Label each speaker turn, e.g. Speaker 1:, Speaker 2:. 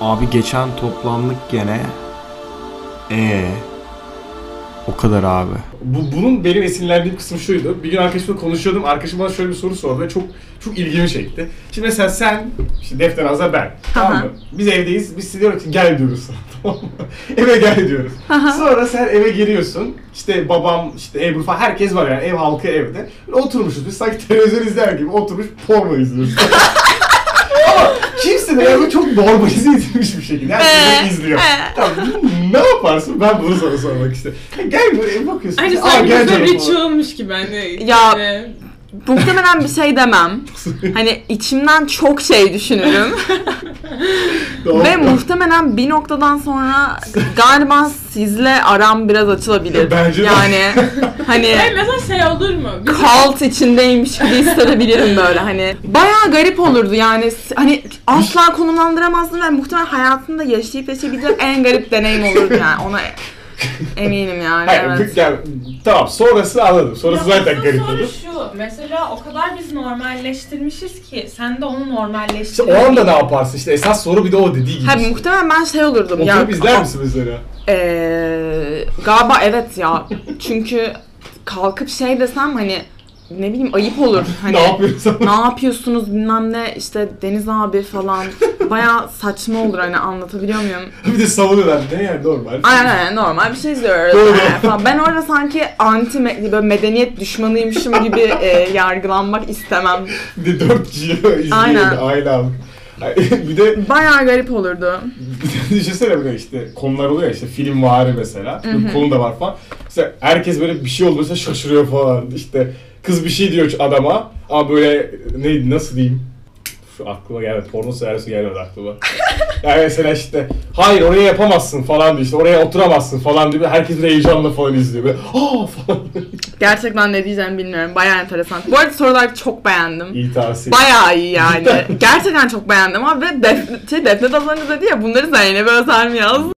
Speaker 1: Abi geçen toplandık gene. E o kadar abi.
Speaker 2: Bu, bunun benim esinlendiğim kısım şuydu. Bir gün arkadaşımla konuşuyordum. Arkadaşım bana şöyle bir soru sordu ve çok çok ilgimi çekti. Şimdi mesela sen, işte Defter Azra ben. Tamam mı? Biz evdeyiz. Biz size diyoruz ki gel diyoruz sana. Tamam mı? Eve gel diyoruz. Sonra sen eve geliyorsun. İşte babam, işte Ebru falan herkes var yani. Ev halkı evde. Böyle oturmuşuz biz sanki televizyon izler gibi oturmuş porno izliyoruz. Ama kimse de yani çok normalize edilmiş bir şekilde. Herkes de
Speaker 3: Ee,
Speaker 2: izliyor.
Speaker 3: ee.
Speaker 2: Tamam, ne yaparsın? Ben bunu sana sormak istedim. Ya Gel buraya bakıyorsun.
Speaker 4: Hani
Speaker 2: Aa,
Speaker 4: sanki
Speaker 2: gel
Speaker 4: bizde
Speaker 2: canım.
Speaker 4: ritualmış gibi hani.
Speaker 3: Ya-
Speaker 4: işte.
Speaker 3: Muhtemelen bir şey demem. Hani içimden çok şey düşünürüm.
Speaker 2: Doğru.
Speaker 3: Ve muhtemelen bir noktadan sonra galiba sizle aram biraz açılabilir.
Speaker 2: Bence de.
Speaker 3: yani hani
Speaker 4: Yani mesela şey olur mu? Biz
Speaker 3: kalt içindeymiş gibi hissedebilirim böyle hani. Bayağı garip olurdu yani. S- Hani asla konumlandıramazdım ve muhtemelen hayatımda yaşayıp yaşayabileceğim en garip deneyim olurdu yani. Ona eminim yani.
Speaker 2: Hayır,
Speaker 3: evet.
Speaker 2: bu- yani, tamam sonrası anladım. Sonrası
Speaker 5: Ya
Speaker 2: zaten
Speaker 5: asıl
Speaker 2: garip
Speaker 5: soru
Speaker 2: olur.
Speaker 5: şu. Mesela o kadar biz normalleştirmişiz ki sen de onu
Speaker 2: İşte
Speaker 5: normalleştirdin.
Speaker 2: o anda ne yaparsın? İşte esas soru bir de o dediği gibi.
Speaker 3: Ha, muhtemelen ben şey olurdum ya.
Speaker 2: Oturup izler misin mesela?
Speaker 3: Ee, galiba evet ya. Çünkü kalkıp şey desem hani ne bileyim ayıp olur. Hani,
Speaker 2: Ne yapıyorsun?
Speaker 3: ne yapıyorsunuz bilmem ne işte Deniz abi falan. Baya saçma olur hani anlatabiliyor muyum?
Speaker 2: bir de savunuyorlar. Ne yani normal.
Speaker 3: Aynen aynen normal bir şey izliyoruz.
Speaker 2: Doğru.
Speaker 3: Yani falan. Ben orada sanki anti me- böyle medeniyet düşmanıymışım gibi e, yargılanmak istemem.
Speaker 2: Bir de dört kişi izliyor.
Speaker 3: Aynen.
Speaker 2: Aynen. Ay, bir de
Speaker 3: Baya garip olurdu.
Speaker 2: düşünsene böyle işte konular oluyor ya işte film vari mesela. Bir konu da var falan. Mesela herkes böyle bir şey olursa şaşırıyor falan. İşte kız bir şey diyor adama. Ama böyle neydi nasıl diyeyim? Şu aklıma gelmedi. Porno servisi gelmedi aklıma. yani mesela işte hayır oraya yapamazsın falan diyor. İşte oraya oturamazsın falan diyor. Herkes de heyecanla falan izliyor. Böyle aa falan.
Speaker 3: Gerçekten ne diyeceğimi bilmiyorum. Baya enteresan. Bu arada sorular çok beğendim.
Speaker 2: İyi tavsiye.
Speaker 3: Bayağı iyi yani. Gerçekten çok beğendim abi. Ve Defne, şey, Defne Dalan'ı dedi ya bunları Zeynep'e özel mi yazdı?